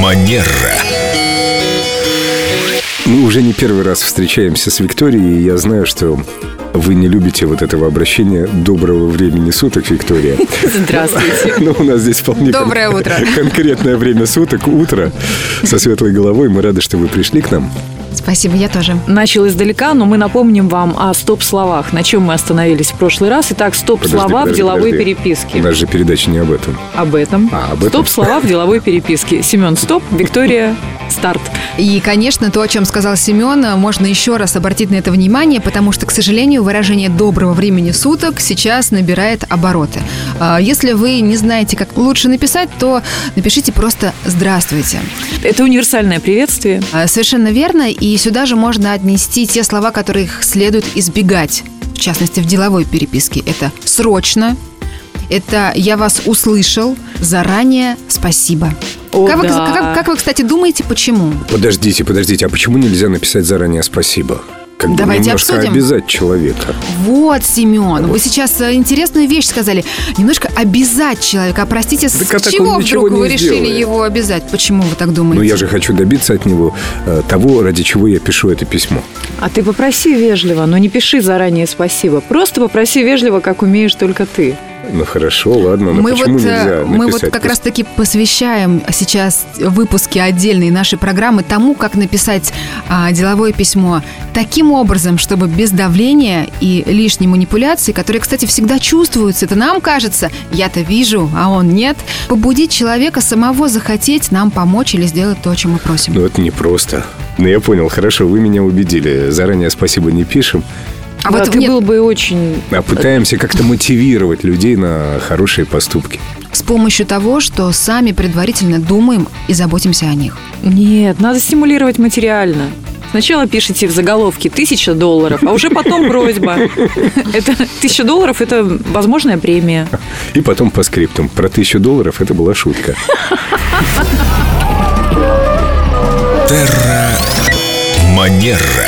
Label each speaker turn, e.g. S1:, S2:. S1: Венера.
S2: Мы уже не первый раз встречаемся с Викторией, и я знаю, что вы не любите вот этого обращения «доброго времени суток, Виктория».
S3: Здравствуйте.
S2: Но у нас здесь вполне кон-
S3: Доброе утро.
S2: конкретное время суток, утро, со светлой головой. Мы рады, что вы пришли к нам.
S3: Спасибо, я тоже.
S4: Начал издалека, но мы напомним вам о стоп-словах, на чем мы остановились в прошлый раз. Итак,
S2: Подожди,
S4: стоп-слова в
S2: подожди,
S4: деловой
S2: подожди. У
S4: переписке.
S2: нас же передача не об этом.
S4: Об этом.
S2: А, об этом.
S4: Стоп-слова в деловой переписке. Семен, стоп, Виктория, старт.
S3: И, конечно, то, о чем сказал Семен, можно еще раз обратить на это внимание, потому что, к сожалению, выражение «доброго времени суток» сейчас набирает обороты. А Если вы не знаете, как лучше написать, то напишите просто «здравствуйте».
S4: Это универсальное приветствие.
S3: А, Совершенно верно, и сюда же можно отнести те слова, которых следует избегать, в частности, в деловой переписке. Это «срочно», это «я вас услышал», «заранее спасибо».
S4: О,
S3: как, вы,
S4: да.
S3: как- как вы, кстати, думаете, почему?
S2: Подождите, подождите, а почему нельзя написать заранее «спасибо»? Как бы
S3: Давайте
S2: немножко
S3: обсудим.
S2: обязать человека.
S3: Вот, Семен, вы сейчас э, интересную вещь сказали. Немножко обязать человека. А Простите, с
S2: Так а так
S3: чего
S2: он ничего
S3: вдруг вы
S2: не
S3: решили
S2: сделает.
S3: его обязать? Почему вы так думаете?
S2: Но Ну, я же хочу добиться от него э, того, ради чего я пишу это письмо.
S4: А ты попроси вежливо, но не пиши заранее спасибо. Просто попроси вежливо, как умеешь только ты.
S2: Ну хорошо, ладно, но
S3: мы
S2: почему
S3: вот, э,
S2: нельзя
S3: мы вот
S2: написать
S3: как раз-таки посвящаем сейчас выпуски отдельной нашей программы тому, как написать а, деловое письмо таким образом, чтобы без давления и лишней манипуляции, которые, кстати, всегда чувствуются, это нам кажется, я-то вижу, а он нет, побудить человека самого захотеть нам помочь или сделать то, о чем мы просим.
S2: Ну, это непросто. Ну, я понял, хорошо, вы меня убедили. Заранее спасибо не пишем,
S3: А
S4: да,
S3: вот
S4: ты
S3: нет,
S4: был бы очень...
S2: а пытаемся как-то мотивировать людей на хорошие поступки.
S3: с помощью того, что сами предварительно думаем и заботимся о них.
S4: Нет, надо стимулировать материально. Сначала пишите в заголовке «тысяча долларов», а уже потом просьба. Это тысяча долларов – это возможная премия.
S2: И потом по скриптам. Про тысячу долларов это была шутка.
S1: Манера.